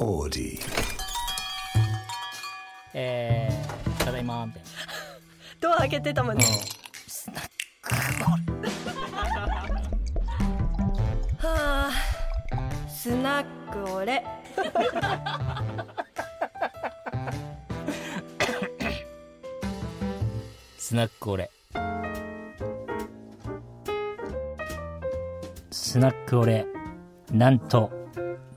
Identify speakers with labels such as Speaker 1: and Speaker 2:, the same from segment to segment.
Speaker 1: オーディ
Speaker 2: えー、ただいまみたいな
Speaker 3: ドア開けてたもんねはあスナックオレ
Speaker 2: スナックオレスナックオレなんと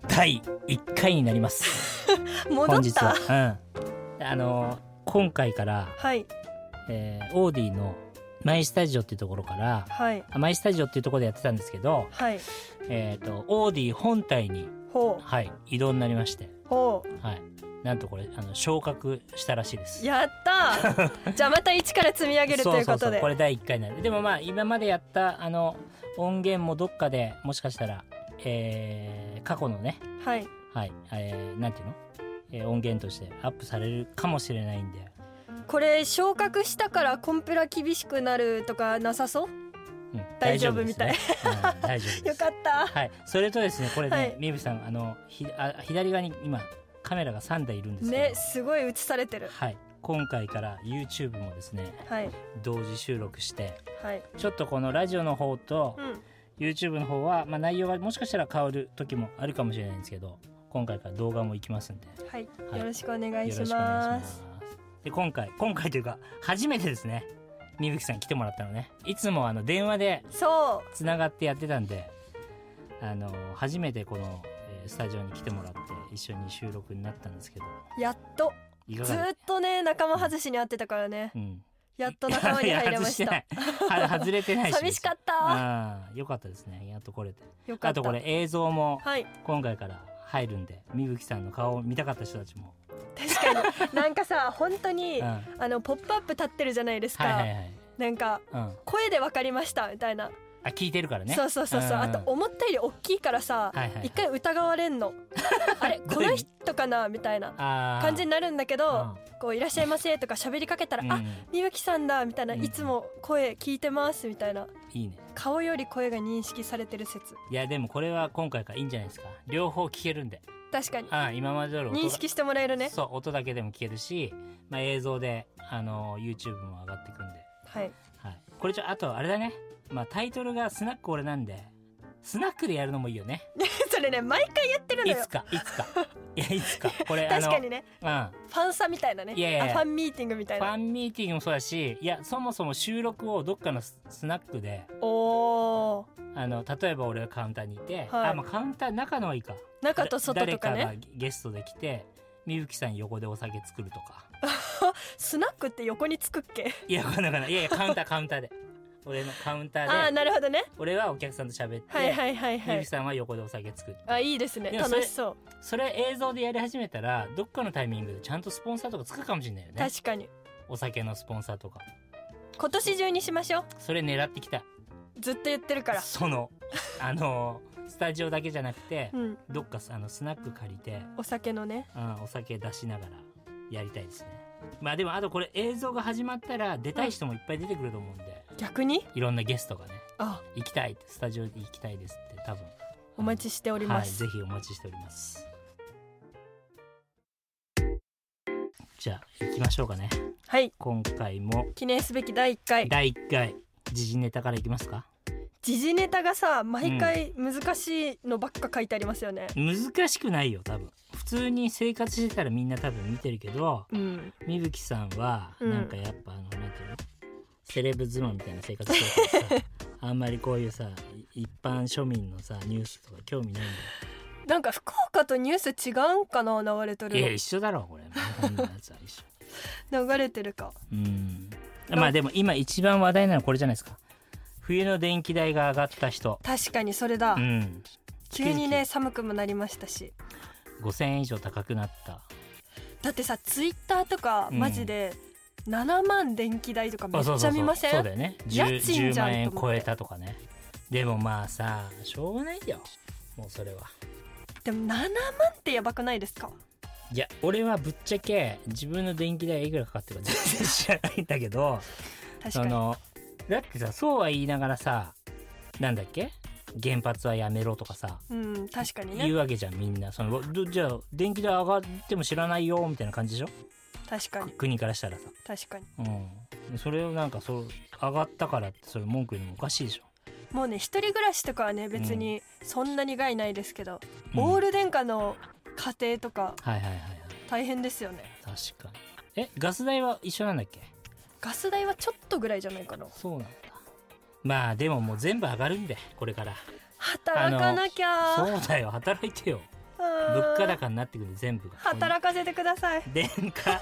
Speaker 2: 第1回になります
Speaker 3: 戻
Speaker 2: 本
Speaker 3: っ
Speaker 2: 日
Speaker 3: た
Speaker 2: は、うん、あの今回から、
Speaker 3: はい
Speaker 2: えー、オーディのマイスタジオっていうところから
Speaker 3: はい
Speaker 2: あマイスタジオっていうところでやってたんですけど、
Speaker 3: はい
Speaker 2: えー、とオーディ本体に、
Speaker 3: ほ
Speaker 2: はい、移動になりまして、
Speaker 3: うほ
Speaker 2: はい、なんとこれあの昇格したらしいです
Speaker 3: うやった ーじゃあまた一から積み上げるという
Speaker 2: そ
Speaker 3: こ
Speaker 2: うそう
Speaker 3: と
Speaker 2: そう
Speaker 3: で
Speaker 2: これ第1回なんででもまあ今までやったあの音源もどっかでもしかしたら、えー過去のね
Speaker 3: はい
Speaker 2: はい、えーなんていうの、えー音源としてアップされるかもしれないんで
Speaker 3: これ昇格したからコンプラ厳しくなるとかなさそう
Speaker 2: うん
Speaker 3: 大丈夫みたい
Speaker 2: ですねうん大丈夫です
Speaker 3: よかった
Speaker 2: はい、それとですねこれね、
Speaker 3: はい
Speaker 2: みゆきさんあのひあ左側に今カメラが3台いるんですけど、
Speaker 3: ねすごい映されてる
Speaker 2: はい、今回から YouTube もですね
Speaker 3: はい
Speaker 2: 同時収録して
Speaker 3: はい
Speaker 2: ちょっとこのラジオの方と
Speaker 3: うん
Speaker 2: YouTube の方は、まあ、内容がもしかしたら変わる時もあるかもしれないんですけど今回から動画も行きますんでよ
Speaker 3: はい
Speaker 2: はい
Speaker 3: よろしくお願い
Speaker 2: ろし
Speaker 3: し
Speaker 2: くお願いし
Speaker 3: ま
Speaker 2: ますすで今回今回というか初めてですねみぶきさん来てもらったのねいつもあの電話で
Speaker 3: そ
Speaker 2: つながってやってたんであの初めてこのえースタジオに来てもらって一緒に収録になったんですけど
Speaker 3: うやっと
Speaker 2: いか
Speaker 3: ず
Speaker 2: が
Speaker 3: ー
Speaker 2: で
Speaker 3: っとね仲間外しに会ってたからね
Speaker 2: うん
Speaker 3: やっと仲間に入れま し
Speaker 2: いや
Speaker 3: た
Speaker 2: 外してないは外れてないし
Speaker 3: 寂しかった
Speaker 2: ああよかったですねやっと来れて
Speaker 3: よか
Speaker 2: あ
Speaker 3: った
Speaker 2: とこれ映像も
Speaker 3: はい
Speaker 2: 今回から入るんでみぶきさんの顔を見たかった人たちも、
Speaker 3: 確かになんかさ本当
Speaker 2: う
Speaker 3: に
Speaker 2: ん、
Speaker 3: あ
Speaker 2: はい
Speaker 3: のポップアップ立ってるじゃないです
Speaker 2: はいは
Speaker 3: か
Speaker 2: い、
Speaker 3: なんか
Speaker 2: うん、
Speaker 3: 声でわかりましたみたいな
Speaker 2: あ聞いてるからね
Speaker 3: そうそうそうそうあと思ったより大きいからさ
Speaker 2: はいはいはい
Speaker 3: 一回疑われん のあれこの人かなみたいな感
Speaker 2: 感
Speaker 3: じになるんだけどこういらっしゃいませとか喋りかけたらあみゆきさんだみたいな
Speaker 2: うん
Speaker 3: いつも声聞いてますみたいない
Speaker 2: いね
Speaker 3: 顔より声が認識されてる説
Speaker 2: いやでもこれは今回からいいんじゃないですか両方聞けるんで
Speaker 3: 確かに
Speaker 2: あ今まで通り音が
Speaker 3: 認識してもらえるね
Speaker 2: そう音だけでも聞けるし、まあ、映像であの YouTube も上がっていくんで、
Speaker 3: はい
Speaker 2: はい、これちょあとあれだね、まあ、タイトルが「スナック俺」なんでスナックでやるのもいいよね
Speaker 3: それね毎回言ってるの
Speaker 2: い
Speaker 3: よ
Speaker 2: つかいつかいやいつかこ れ
Speaker 3: 確かにね
Speaker 2: あの、うん、
Speaker 3: ファンサみたいなね
Speaker 2: いやいやいや
Speaker 3: あファンミーティングみたい
Speaker 2: フ
Speaker 3: な
Speaker 2: ァンミーティングもそうだしいやそもそも収録をどっかのススナックで
Speaker 3: おお
Speaker 2: あの例えば俺がカウンターにいて、
Speaker 3: はい
Speaker 2: あまあ、カウンター中のはいいか
Speaker 3: 中と外とか
Speaker 2: だ誰
Speaker 3: ね
Speaker 2: かがゲストで来てみゆきさん横でお酒作るとか
Speaker 3: スナックって横につくっけ
Speaker 2: いやわかんないわかんないいやいやカウンターカウンターで俺のカウンタ
Speaker 3: ああ
Speaker 2: ー
Speaker 3: ー
Speaker 2: で
Speaker 3: なるほどね
Speaker 2: 俺はお客さんと喋って、
Speaker 3: はいはいはいは
Speaker 2: みゆ
Speaker 3: い
Speaker 2: きさんは横でお酒作る
Speaker 3: あいいですね
Speaker 2: いやそれ
Speaker 3: 楽しそう
Speaker 2: それ映像でやり始めたらどっかのタイミングでちゃんとスポンサーとかつくかもしれないよね
Speaker 3: 確かに
Speaker 2: お酒のスポンサーとか
Speaker 3: 今年中にしましょう
Speaker 2: それ狙ってきた
Speaker 3: ずっと言ってるから
Speaker 2: そのあのスタジオだけじゃなくて、
Speaker 3: うん
Speaker 2: どっかあのスナック借りて、
Speaker 3: お酒のね
Speaker 2: うん、お酒出しながらやりたいですねまあでもあとこれ映像が始まったら出たい人もいっぱい出てくると思うんで、
Speaker 3: 逆に
Speaker 2: いろんなゲストがね
Speaker 3: あ
Speaker 2: 行きたいってスタジオで行きたいですって多分
Speaker 3: お待ちしており
Speaker 2: は
Speaker 3: ま
Speaker 2: い
Speaker 3: す
Speaker 2: ぜひお待ちしておりますじゃあ行きましょうかね
Speaker 3: はい
Speaker 2: 今回も
Speaker 3: 記念すべき第1回
Speaker 2: 第1回時事ネタからいきますか
Speaker 3: 時事ネタがさ毎回難しいのばっか書いてありますよね
Speaker 2: 難しくないよ多分普通に生活してたらみんな多分見てるけど
Speaker 3: うん
Speaker 2: みぶきさんは
Speaker 3: うん
Speaker 2: なんかやっぱあの、なんていうのセレブ妻みたいな生活してるから さあんまりこういうさい一般庶民のさニュースとか興味ないん
Speaker 3: なんか福岡とニュース違うんかな流れて
Speaker 2: だよいや
Speaker 3: る
Speaker 2: 一緒だろこれこんなやつは一 緒
Speaker 3: の流れてるか
Speaker 2: うんまあでも今一番話題なのこれじゃないですか冬の電気代が上がった人
Speaker 3: 確かにそれだ
Speaker 2: うん
Speaker 3: 急にね寒くもなりましたし
Speaker 2: 5000円以上高くなった
Speaker 3: だってさツイッターとか
Speaker 2: うん
Speaker 3: マジで7万電気代とかめっちゃ見ません
Speaker 2: そうだよね 10,
Speaker 3: 家賃じゃ
Speaker 2: 10
Speaker 3: ん
Speaker 2: 万円
Speaker 3: と思っ
Speaker 2: 超
Speaker 3: て
Speaker 2: えたとかねでもまあさしょうがないよもうそれは
Speaker 3: でも7万ってやばくないですか
Speaker 2: いや俺はぶっちゃけ自分の電気代いくらかかってるか全然知らないんだけど
Speaker 3: 確か
Speaker 2: そ
Speaker 3: に
Speaker 2: のだってさそうは言いながらさなんだっけ原発はやめろとかさ
Speaker 3: うん確かに
Speaker 2: 言
Speaker 3: ね
Speaker 2: うわけじゃんみんなそのどじゃあ電気代上がっても知らないよみたいな感じでしょ
Speaker 3: 確かに
Speaker 2: 国からしたらさ、
Speaker 3: 確かに
Speaker 2: うん、それをなんかそう上がったからってそれ文句言うのもおかしいでしょ、
Speaker 3: もうね一人暮らしとかはね別にそんなに害ないですけど、
Speaker 2: うん
Speaker 3: オール電化の家庭とか
Speaker 2: はいはいはいはい
Speaker 3: 大変ですよね
Speaker 2: 確かにえガス代は一緒なんだっけ
Speaker 3: ガス代はちょっとぐらいじゃないかな
Speaker 2: そうなんだまあでももう全部上がるんでこれから
Speaker 3: 働かなきゃ
Speaker 2: そうだよ働いてよ
Speaker 3: あー
Speaker 2: 物価高になってくる全部が
Speaker 3: 働かせてください
Speaker 2: 電 化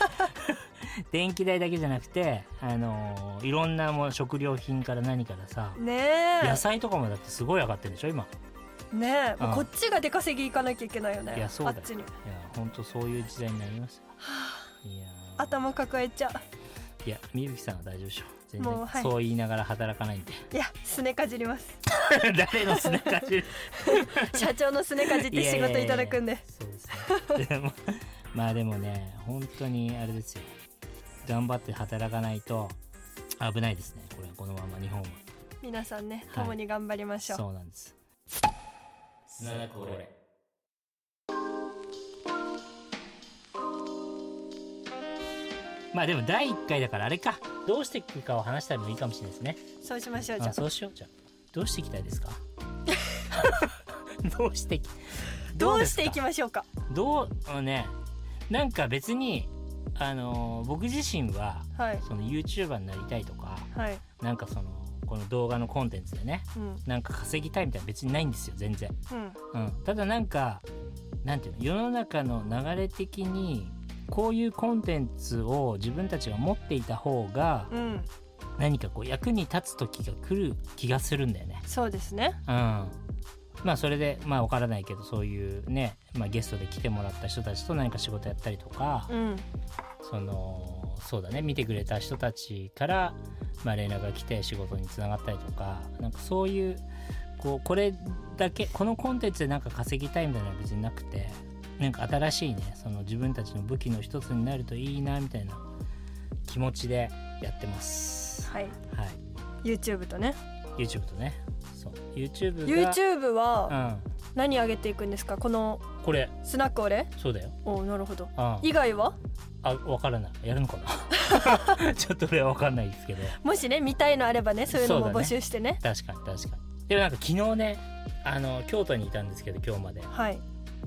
Speaker 2: 電気代だけじゃなくてあのーいろんなもう食料品から何からさ
Speaker 3: ね
Speaker 2: 野菜とかもだってすごい上がってるんでしょ今
Speaker 3: えねえ、もう
Speaker 2: あ
Speaker 3: こっちが出稼ぎ行かなきゃいけないよね
Speaker 2: いやそうだよ
Speaker 3: あっち
Speaker 2: い
Speaker 3: に
Speaker 2: や本当そういう時代になりますよいやー
Speaker 3: 頭抱えちゃ
Speaker 2: いやみゆきさんは大丈夫でしょ全
Speaker 3: もう
Speaker 2: 然
Speaker 3: はい
Speaker 2: そう言いながら働かないんで
Speaker 3: ういやすねかじります
Speaker 2: 誰のすねかじる
Speaker 3: 社長のすねかじって仕事いただくんで
Speaker 2: そうですねでもまあでもね本当にあれですよ頑張って働かないと危ないですねこれこのまま日本は
Speaker 3: 皆さんね
Speaker 2: はい
Speaker 3: 共に頑張りましょう、
Speaker 2: そうなんですこれまあでも第1回だからあれかどうしていくかを話したらもいいかもしれないですね
Speaker 3: そうしましょうじゃ
Speaker 2: あそうしようじゃあどうしていきたいです かどうしていき
Speaker 3: あどうしていき
Speaker 2: ま
Speaker 3: ましょうか
Speaker 2: どうあのねなんか別にあのー僕自身は
Speaker 3: はい
Speaker 2: その YouTuber になりたいとか
Speaker 3: はい
Speaker 2: なんかそのこの動画のコンテンツでね
Speaker 3: うん
Speaker 2: なんか稼ぎたいみたいな別にないんですよ全然、
Speaker 3: うん
Speaker 2: うん、ただなんかなんていうの世の中の流れ的にこういうコンテンツを自分たちが持っていた方が
Speaker 3: うん
Speaker 2: 何かこう役に立つ時が来る気がするんだよね
Speaker 3: そうですね
Speaker 2: うんまあそれでまあ分からないけどそういうね、まあ、ゲストで来てもらった人たちと何か仕事やったりとか、
Speaker 3: うん
Speaker 2: そのそうだね見てくれた人たちから、まあ、連絡が来て仕事につながったりとかなんかそういうこうこれだけこのコンテンツでなんか稼ぎたいみたいなのは別になくてなんか新しいねその自分たちの武器の一つになるといいなみたいな気持ちでやってます。
Speaker 3: はい
Speaker 2: はい
Speaker 3: YouTube とね
Speaker 2: YouTube とねそう YouTube が
Speaker 3: YouTube
Speaker 2: う
Speaker 3: は
Speaker 2: ん、
Speaker 3: 何上げていくんですかこの
Speaker 2: これ
Speaker 3: スナックオレ
Speaker 2: そうだよ、
Speaker 3: おうなるほど
Speaker 2: うん、あ
Speaker 3: 以外は
Speaker 2: わからないやるのかな ちょっと俺はわかんないですけど
Speaker 3: もしね見たいのあればねそういうの
Speaker 2: そ
Speaker 3: も
Speaker 2: うだ
Speaker 3: 募
Speaker 2: ね
Speaker 3: 集してね
Speaker 2: 確かに確かにでもなんか昨日ねあの京都にいたんですけど今日まで
Speaker 3: はい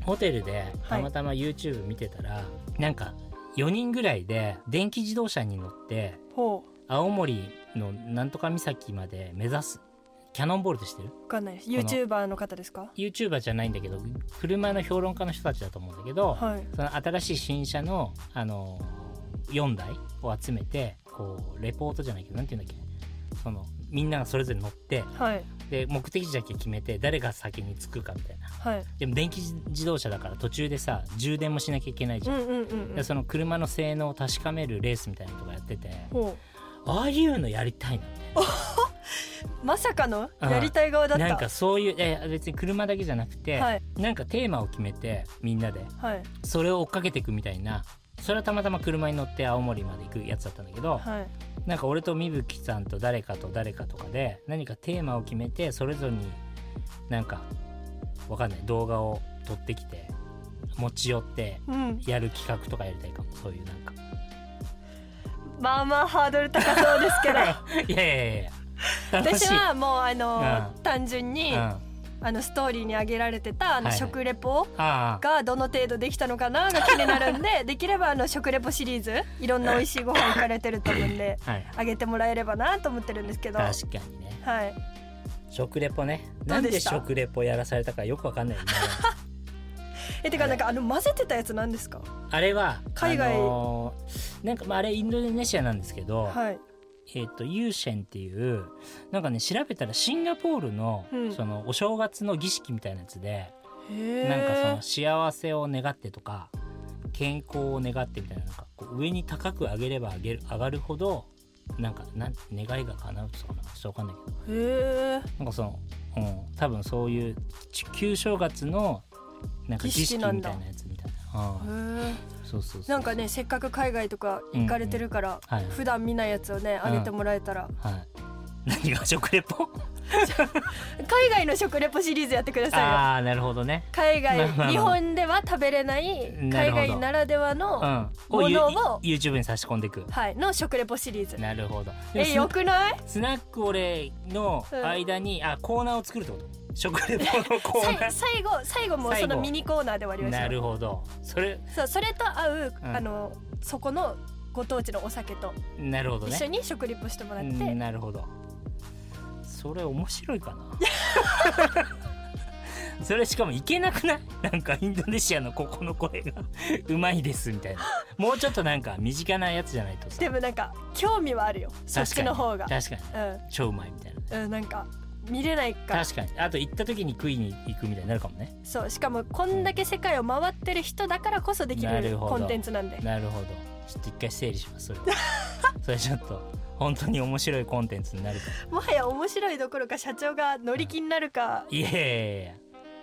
Speaker 2: ホテルでたまたま YouTube 見てたら、なんか4人ぐらいで電気自動車に乗って
Speaker 3: ほ
Speaker 2: 青森のなんとか岬まで目指すキャノンボールって知ってる
Speaker 3: うわかんないです YouTuber の方ですか
Speaker 2: YouTuber じゃないんだけど車の評論家の人たちだと思うんだけど、
Speaker 3: はい
Speaker 2: その新しい新車の、あの4台を集めてこうレポートじゃないけどなんて言うんだっけそのみんながそれぞれ乗って
Speaker 3: はい
Speaker 2: で目的地だけ決めて誰が先に着くかみたいな
Speaker 3: はい
Speaker 2: でも電気自動車だから途中でさ充電もしなきゃいけないじ
Speaker 3: う
Speaker 2: ゃん、
Speaker 3: んうんうんう
Speaker 2: で
Speaker 3: ん
Speaker 2: その車の性能を確かめるレースみたいなのとかやってて
Speaker 3: ほ
Speaker 2: ああいうのやりたいな
Speaker 3: うまさかの
Speaker 2: うん
Speaker 3: やりたい側だった
Speaker 2: なんかそういうえ別に車だけじゃなくて、
Speaker 3: はい
Speaker 2: なんかテーマを決めてみんなで
Speaker 3: はい
Speaker 2: それを追っかけていくみたいなそれはたまたま車に乗って青森まで行くやつだったんだけど、
Speaker 3: はい
Speaker 2: なんか俺とみぶきさんと誰かと誰かとかで何かテーマを決めてそれぞれになんかわかんない動画を撮ってきて持ち寄って
Speaker 3: うん
Speaker 2: やる企画とかやりたいかもそういうなん か
Speaker 3: まあまあハードル高そうです け
Speaker 2: い
Speaker 3: ど
Speaker 2: やいやいやいや楽し
Speaker 3: 私
Speaker 2: い
Speaker 3: はもうあの
Speaker 2: う
Speaker 3: 単純
Speaker 2: う
Speaker 3: に
Speaker 2: ん、
Speaker 3: あ
Speaker 2: あ
Speaker 3: のストーリーに上げられてたあの
Speaker 2: はいはい
Speaker 3: 食レポ
Speaker 2: あ
Speaker 3: がどの程度できたのかなが気になるんで できればあの食レポシリーズいろんな美味しいご飯行かれてると思うんで
Speaker 2: はい
Speaker 3: あげてもらえればなと思ってるんですけどはい
Speaker 2: 確かにね食レポね
Speaker 3: ど
Speaker 2: な
Speaker 3: うんで
Speaker 2: で
Speaker 3: した
Speaker 2: 食レポやらされたかよくわかんないよね
Speaker 3: えてかなんかあの混ぜてたやつなんですか
Speaker 2: あれは
Speaker 3: 海外
Speaker 2: あのーなんかまああれインドネシアなんですけど、
Speaker 3: はい
Speaker 2: えっ、とユーシェンっていうなんかね調べたらシンガポールの、
Speaker 3: うん
Speaker 2: そのお正月の儀式みたいなやつで、
Speaker 3: へ
Speaker 2: なんかその
Speaker 3: え
Speaker 2: 幸せを願ってとか健康を願ってみたいななんかこう上に高く上げれば上げる上がるほどなんかなん願いが叶うとかなちょっとわかんないけど
Speaker 3: へえ
Speaker 2: なんかその、うん、多分そういうち旧正月のなんか儀式
Speaker 3: 儀式
Speaker 2: み
Speaker 3: な
Speaker 2: た
Speaker 3: ん
Speaker 2: い
Speaker 3: だ
Speaker 2: なやつみたいな、うん、そうそうそう
Speaker 3: なんかねせっかく海外とか行かれてるから
Speaker 2: うんうんはい
Speaker 3: 普段見ないやつをねあげてもらえたら
Speaker 2: はい何が食レポ
Speaker 3: 海外の食レポシリーズやってくださいよ
Speaker 2: ああなるほどね
Speaker 3: 海
Speaker 2: なるほど
Speaker 3: 外日本では食べれない
Speaker 2: なる
Speaker 3: 海
Speaker 2: ほど
Speaker 3: 外ならではの、
Speaker 2: うん
Speaker 3: ものを
Speaker 2: ゆ YouTube に差し込んでいく
Speaker 3: はいの食レポシリーズ
Speaker 2: なるほどでも
Speaker 3: えよくない
Speaker 2: スナックオレの間に、あコーナーを作るってこ と食レポのコ
Speaker 3: さ
Speaker 2: ー
Speaker 3: い
Speaker 2: ナ
Speaker 3: 最後最後も
Speaker 2: 最
Speaker 3: そ
Speaker 2: 後
Speaker 3: のミニコーナーで終わり
Speaker 2: ー
Speaker 3: まし
Speaker 2: な
Speaker 3: ょ
Speaker 2: るほどそれ
Speaker 3: うそうそれと合う、
Speaker 2: うん
Speaker 3: あのそこのご当地のお酒と
Speaker 2: なるほど
Speaker 3: 一緒
Speaker 2: ね
Speaker 3: に食リポしてもらって、
Speaker 2: うんなるほどそれ面白いか なそれしかもいけなくないなんかインドネシアのここの声が うまいですみたいなもうちょっとなんか身近なやつじゃないとさ
Speaker 3: でもなんか興味はあるよそっちの方が
Speaker 2: 確かに
Speaker 3: う、
Speaker 2: 超うまいみたいなん
Speaker 3: うん、なんか見れないから
Speaker 2: 確かにあと行った時に食いに行くみたいになるかもね
Speaker 3: そうしかもこんだけ世界を回ってる人だからこそでき
Speaker 2: な
Speaker 3: る
Speaker 2: るほど
Speaker 3: コンテンツなんで
Speaker 2: なるほどちょっと一回整理しますそれは それちょっと本当に面白いコンテンツになるかも
Speaker 3: もはや面白いどころか社長が乗り気になるか
Speaker 2: いやいやいや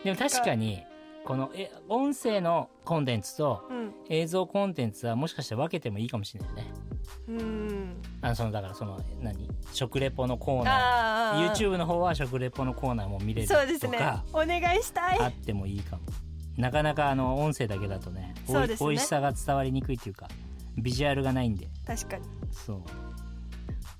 Speaker 2: でも確かにこのえ音声のコンテンツと
Speaker 3: うん
Speaker 2: 映像コンテンツはもしかして分けてもいいかもしれないよね
Speaker 3: うん
Speaker 2: あのそのだからその何食レポのコーナ
Speaker 3: あ
Speaker 2: ー
Speaker 3: ー
Speaker 2: YouTube の方は食レポのコーナーも見れると
Speaker 3: そ
Speaker 2: か
Speaker 3: うですねお願いした
Speaker 2: あっ
Speaker 3: い
Speaker 2: てもいいかもなかなかあの音声だけだとねおい
Speaker 3: そうですね
Speaker 2: 美味しさが伝わりにくいというかビジュアルがないんで
Speaker 3: 確かに
Speaker 2: そう、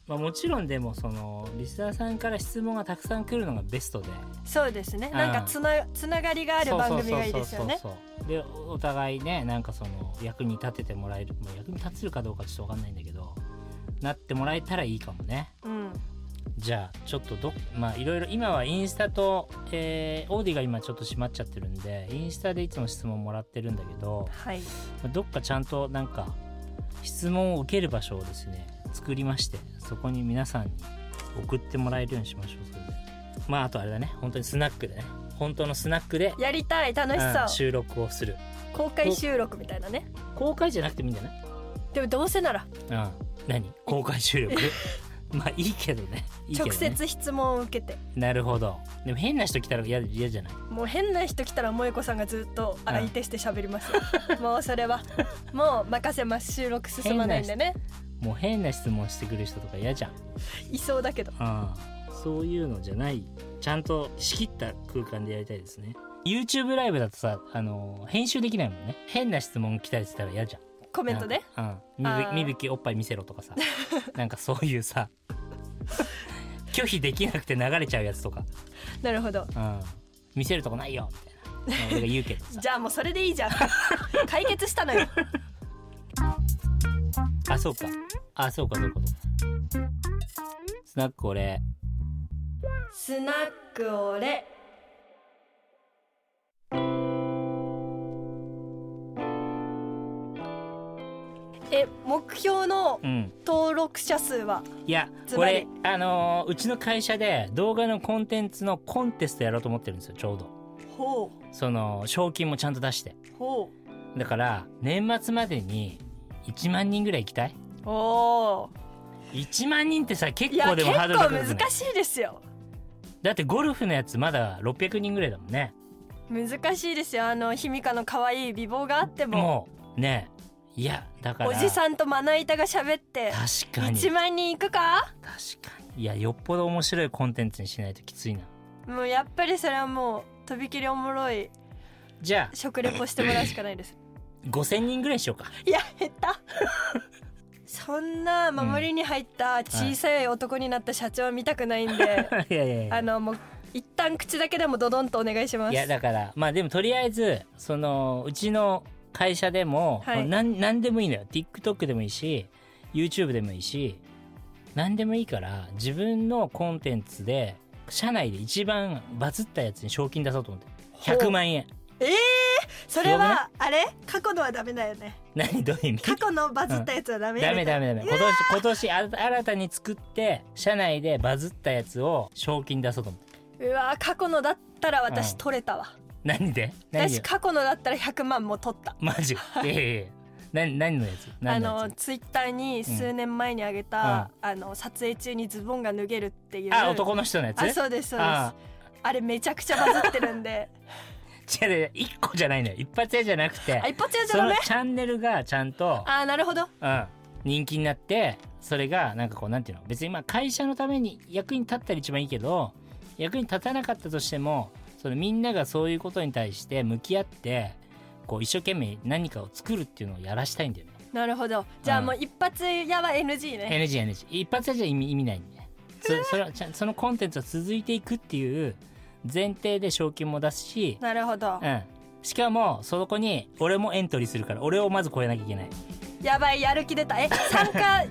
Speaker 2: まあ、もちろんでもそのリスナーさんから質問がたくさん来るのがベストで
Speaker 3: そうですね
Speaker 2: うん
Speaker 3: なんかつなつながりがある番組がいいですよね
Speaker 2: そうそうそうそうでおお互いねなんかその役に立ててもらえる、まあ、役に立てるかどうかちょっと分かんないんだけどなってもらえたらいいかもね
Speaker 3: うん
Speaker 2: じゃあちょっとどまあいろいろ今はインスタと、えーオーディが今ちょっと閉まっちゃってるんでインスタでいつも質問もらってるんだけど
Speaker 3: はい
Speaker 2: どっかちゃんとなんか質問を受ける場所をですね作りましてそこに皆さんに送ってもらえるようにしましょうそれでまああとあれだね本当にスナックでね本当のスナックで、
Speaker 3: やりたい楽し
Speaker 2: うん
Speaker 3: そう
Speaker 2: 収録をする
Speaker 3: 公開収録みたいなね
Speaker 2: 公開じゃなくてもいいんじゃない
Speaker 3: でもどうせなら
Speaker 2: うん何公開収 録まあいいけどねいいけど
Speaker 3: 直
Speaker 2: ね
Speaker 3: 接質問を受けて
Speaker 2: なるほどでも変な人来たら嫌嫌じゃない
Speaker 3: もう変な人来たら萌子さんがずっと
Speaker 2: ん
Speaker 3: 相手して喋り ますよもうそれはもう任せます収録進まないんでね
Speaker 2: もう変な質問してくる人とか嫌じゃん、
Speaker 3: いそうだけど
Speaker 2: うん、そういうのじゃないちゃんと仕切った空間でやりたいですね YouTube ライブだとさあの編集できないもんね変な質問来たりしたら嫌じゃん
Speaker 3: コメントで、
Speaker 2: なん
Speaker 3: あ
Speaker 2: か
Speaker 3: ー
Speaker 2: うんみぶみぶきおっぱい見せろとか さなんかそういうさ拒否できなくて流れちゃうやつとか、
Speaker 3: なるほど
Speaker 2: うん、見せるとこないよみたいな俺が言うけどさ
Speaker 3: じゃあもうそれでい いじゃん解決したのよ
Speaker 2: あそうかあそうかそうかそうかスナック俺
Speaker 3: スナックオレえ目標の
Speaker 2: うん
Speaker 3: 登録者数はい
Speaker 2: や
Speaker 3: つ
Speaker 2: こ
Speaker 3: ま
Speaker 2: れ
Speaker 3: り
Speaker 2: あのーうちの会社で動画のコンテンツのコンテストやろうと思ってるんですよちょうど
Speaker 3: ほ
Speaker 2: その賞金もちゃんと出して
Speaker 3: うほ
Speaker 2: だから年末までに1万人ぐらい行きたいう
Speaker 3: お
Speaker 2: 1万人ってさ
Speaker 3: ーい
Speaker 2: 結
Speaker 3: や
Speaker 2: 構
Speaker 3: 結
Speaker 2: でもハードル
Speaker 3: 構
Speaker 2: 高くない
Speaker 3: 難しいですよ
Speaker 2: だってゴルフのやつまだ600人ぐらいだもんね
Speaker 3: 難しいですよあのひみかの可愛い美貌があっても
Speaker 2: もうねいやだから
Speaker 3: おじさんとまな板が喋って
Speaker 2: 確かに
Speaker 3: 1
Speaker 2: 確
Speaker 3: 万人いくか
Speaker 2: かにいやよっぽど面白いコンテンツにしないときついな
Speaker 3: もうやっぱりそれはもうとびきりおもろい
Speaker 2: じゃ
Speaker 3: 食レポしてもらうしかないです
Speaker 2: あ5000人 ぐらいにしようか
Speaker 3: いや減ったそんな守りに入った小さい男になった社長は見たくない んで、
Speaker 2: いやいやいや
Speaker 3: あのもう一旦口だけでもドドンとお願いします
Speaker 2: いやだからまあでもとりあえずそのうちの会社でも、
Speaker 3: はい
Speaker 2: なんなんでもいいのよ TikTok でもいいし YouTube でもいいし何でもいいから自分のコンテンツで社内で一番バズったやつに賞金出そうと思って100万円
Speaker 3: えー、それはあれ過去のはダメだよね
Speaker 2: 何どういう意味
Speaker 3: 過去のバズったやつはダメ
Speaker 2: ダメ
Speaker 3: だ
Speaker 2: ダメダメ今年今年あ新たに作って社内でバズったやつを賞金出そうと思って
Speaker 3: うわー過去のだったら
Speaker 2: う
Speaker 3: 私
Speaker 2: ん
Speaker 3: 取れたわ、
Speaker 2: 何で何
Speaker 3: 私
Speaker 2: で
Speaker 3: 過去のだったら100万も取った
Speaker 2: マジいやいやいや何何のやつ
Speaker 3: あ
Speaker 2: 何のや
Speaker 3: の
Speaker 2: つ
Speaker 3: ツイッターに数年前にあげた、あの撮影中にズボンが脱げるっていう
Speaker 2: あ男の人のやつ
Speaker 3: あそうですそうです
Speaker 2: あ
Speaker 3: あれめちゃくちゃバズってるんで
Speaker 2: 違う違う一個じゃないのよ一発屋じゃなくて
Speaker 3: あ一発屋じ
Speaker 2: そ
Speaker 3: ゃダ
Speaker 2: の
Speaker 3: メ
Speaker 2: チャンネルがちゃんと、
Speaker 3: あーなるほど
Speaker 2: うん、人気になってそれがなんかこうなんていうの別にまあ会社のために役に立ったら一番いいけど役に立たなかったとしてもそのみんながそういうことに対して向き合ってこう一生懸命何かを作るっていうのをやらしたいんだよね。
Speaker 3: なるほどじゃあ
Speaker 2: うん
Speaker 3: もう一発やは NG ね
Speaker 2: NG NG 一発じゃ意味意味ないんでそそれはちゃんそのコンテンツは続いていくっていう前提で賞金も出すし、
Speaker 3: なるほど
Speaker 2: うん、しかもそこに俺もエントリーするから俺をまず超えなきゃいけない
Speaker 3: やばいやる気出たえ参加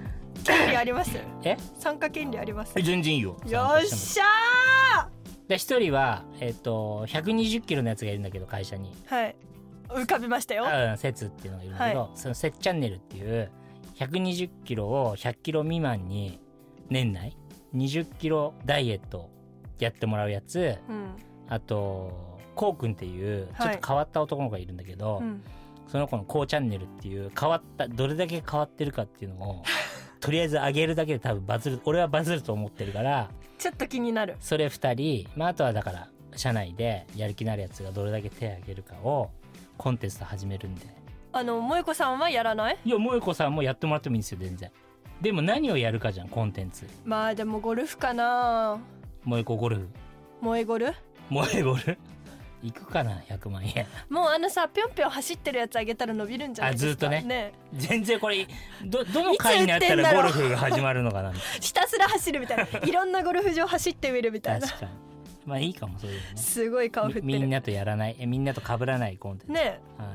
Speaker 3: 権利あります
Speaker 2: え
Speaker 3: 参加権利あ りますよ
Speaker 2: 全然いいよ
Speaker 3: っしゃ
Speaker 2: で一人は、えっと120キロのやつがいるんだけど会社に
Speaker 3: ーはい浮かびましたよ
Speaker 2: うんせつっていうのがいるんだけど、そのせっチャンネルっていう120キロを100キロ未満に年内20キロダイエットやってもらうやつ
Speaker 3: うん
Speaker 2: あとこうくんっていうちょ
Speaker 3: はい
Speaker 2: っと変わった男の子がいるんだけど、
Speaker 3: うん
Speaker 2: その子のこうチャンネルっていう変わったどれだけ変わってるかっていうの をとりあえず上げるだけで多分バズる俺はバズると思ってるから
Speaker 3: ちょっと気になる
Speaker 2: それ2人、まあ、あとはだから社内でやる気のあるやつがどれだけ手を挙げるかをコンテスト始めるんで
Speaker 3: あの萌子さんはやらない
Speaker 2: いや萌子さんもやってもらってもいいんですよ全然でも何をやるかじゃんコンテンツ
Speaker 3: まあでもゴルフかな
Speaker 2: 萌子ゴルフ
Speaker 3: 萌えゴル
Speaker 2: 萌ゴル 行くかな100万円
Speaker 3: もうあのさぴょんぴょん走ってるやつあげたら伸びるんじゃないです
Speaker 2: あ
Speaker 3: か
Speaker 2: ずっと
Speaker 3: ね
Speaker 2: 全然これどどの回になったらゴルフが始まるのかなみ
Speaker 3: ひたすら走るみた いないろんなゴルフ場走ってみるみ
Speaker 2: た
Speaker 3: た
Speaker 2: い
Speaker 3: い
Speaker 2: な
Speaker 3: な
Speaker 2: 確かにまあいいかもそういう
Speaker 3: すごい顔
Speaker 2: の
Speaker 3: 振って
Speaker 2: ね
Speaker 3: る
Speaker 2: みみんなとやらないえみんなと被らないコンテンツ、
Speaker 3: ね
Speaker 2: は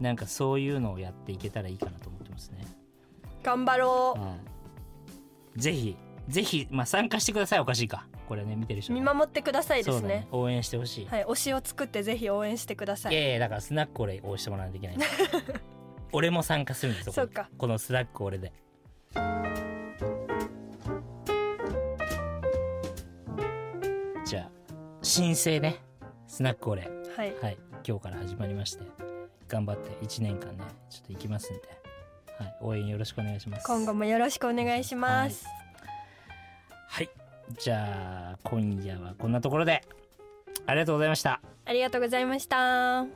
Speaker 2: い、なんかそういうのをやっていけたらいいかなと思ってますね、
Speaker 3: 頑張ろ
Speaker 2: はい、ぜひぜひ、まあ、参加してくださいおかしいかこれね見てる
Speaker 3: う
Speaker 2: 人ね
Speaker 3: 見守ってくださいで
Speaker 2: そ
Speaker 3: す
Speaker 2: うだ
Speaker 3: ね
Speaker 2: ね応援してほしい、
Speaker 3: はい推しを作ってぜひ応援してくださ
Speaker 2: い
Speaker 3: い
Speaker 2: やいやだからスナック俺押してもらわないといけない 俺も参加するんですよこれ
Speaker 3: そうか
Speaker 2: このスナック俺でじゃあ申請ねスナック俺
Speaker 3: はい
Speaker 2: はい今日から始まりまして頑張って1年間ねちょっと行きますんで、はい、応援よろしくお願いします
Speaker 3: 今後もよろしくお願いします
Speaker 2: はいじゃあ今夜はこんなところでありがとうございました
Speaker 3: ありがとうございました